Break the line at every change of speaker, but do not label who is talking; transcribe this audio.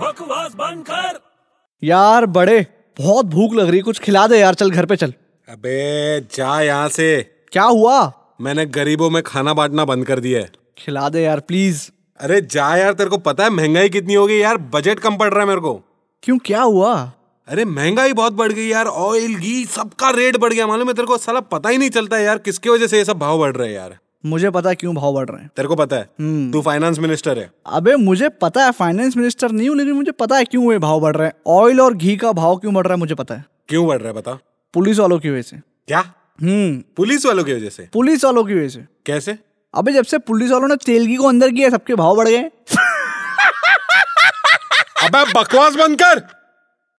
बकवास बंद कर
यार बड़े बहुत भूख लग रही है, कुछ खिला दे यार चल घर पे चल
अबे जा यहाँ से
क्या हुआ
मैंने गरीबों में खाना बांटना बंद कर दिया है
खिला दे यार प्लीज
अरे जा यार तेरे को पता है महंगाई कितनी हो गई यार बजट कम पड़ रहा है मेरे को
क्यों क्या हुआ
अरे महंगाई बहुत बढ़ गई यार ऑयल घी सबका रेट बढ़ गया मालूम है तेरे को साला पता ही नहीं चलता है यार किसकी वजह से ये सब भाव बढ़ रहे हैं यार
मुझे पता है क्यों भाव बढ़ रहे हैं
तेरे को पता है तू फाइनेंस मिनिस्टर है
अबे मुझे पता है फाइनेंस मिनिस्टर नहीं हूँ लेकिन मुझे पता है क्यों ये भाव बढ़ रहे हैं ऑयल और घी का भाव क्यों बढ़ रहा है मुझे पता है
क्यों बढ़ रहा है बता
पुलिस वालों की वजह से
क्या
हम्म
पुलिस वालों की वजह से
पुलिस वालों की वजह से
कैसे
अबे जब से पुलिस वालों ने तेल घी को अंदर किया है, सबके भाव बढ़ गए
अबे बकवास बंद कर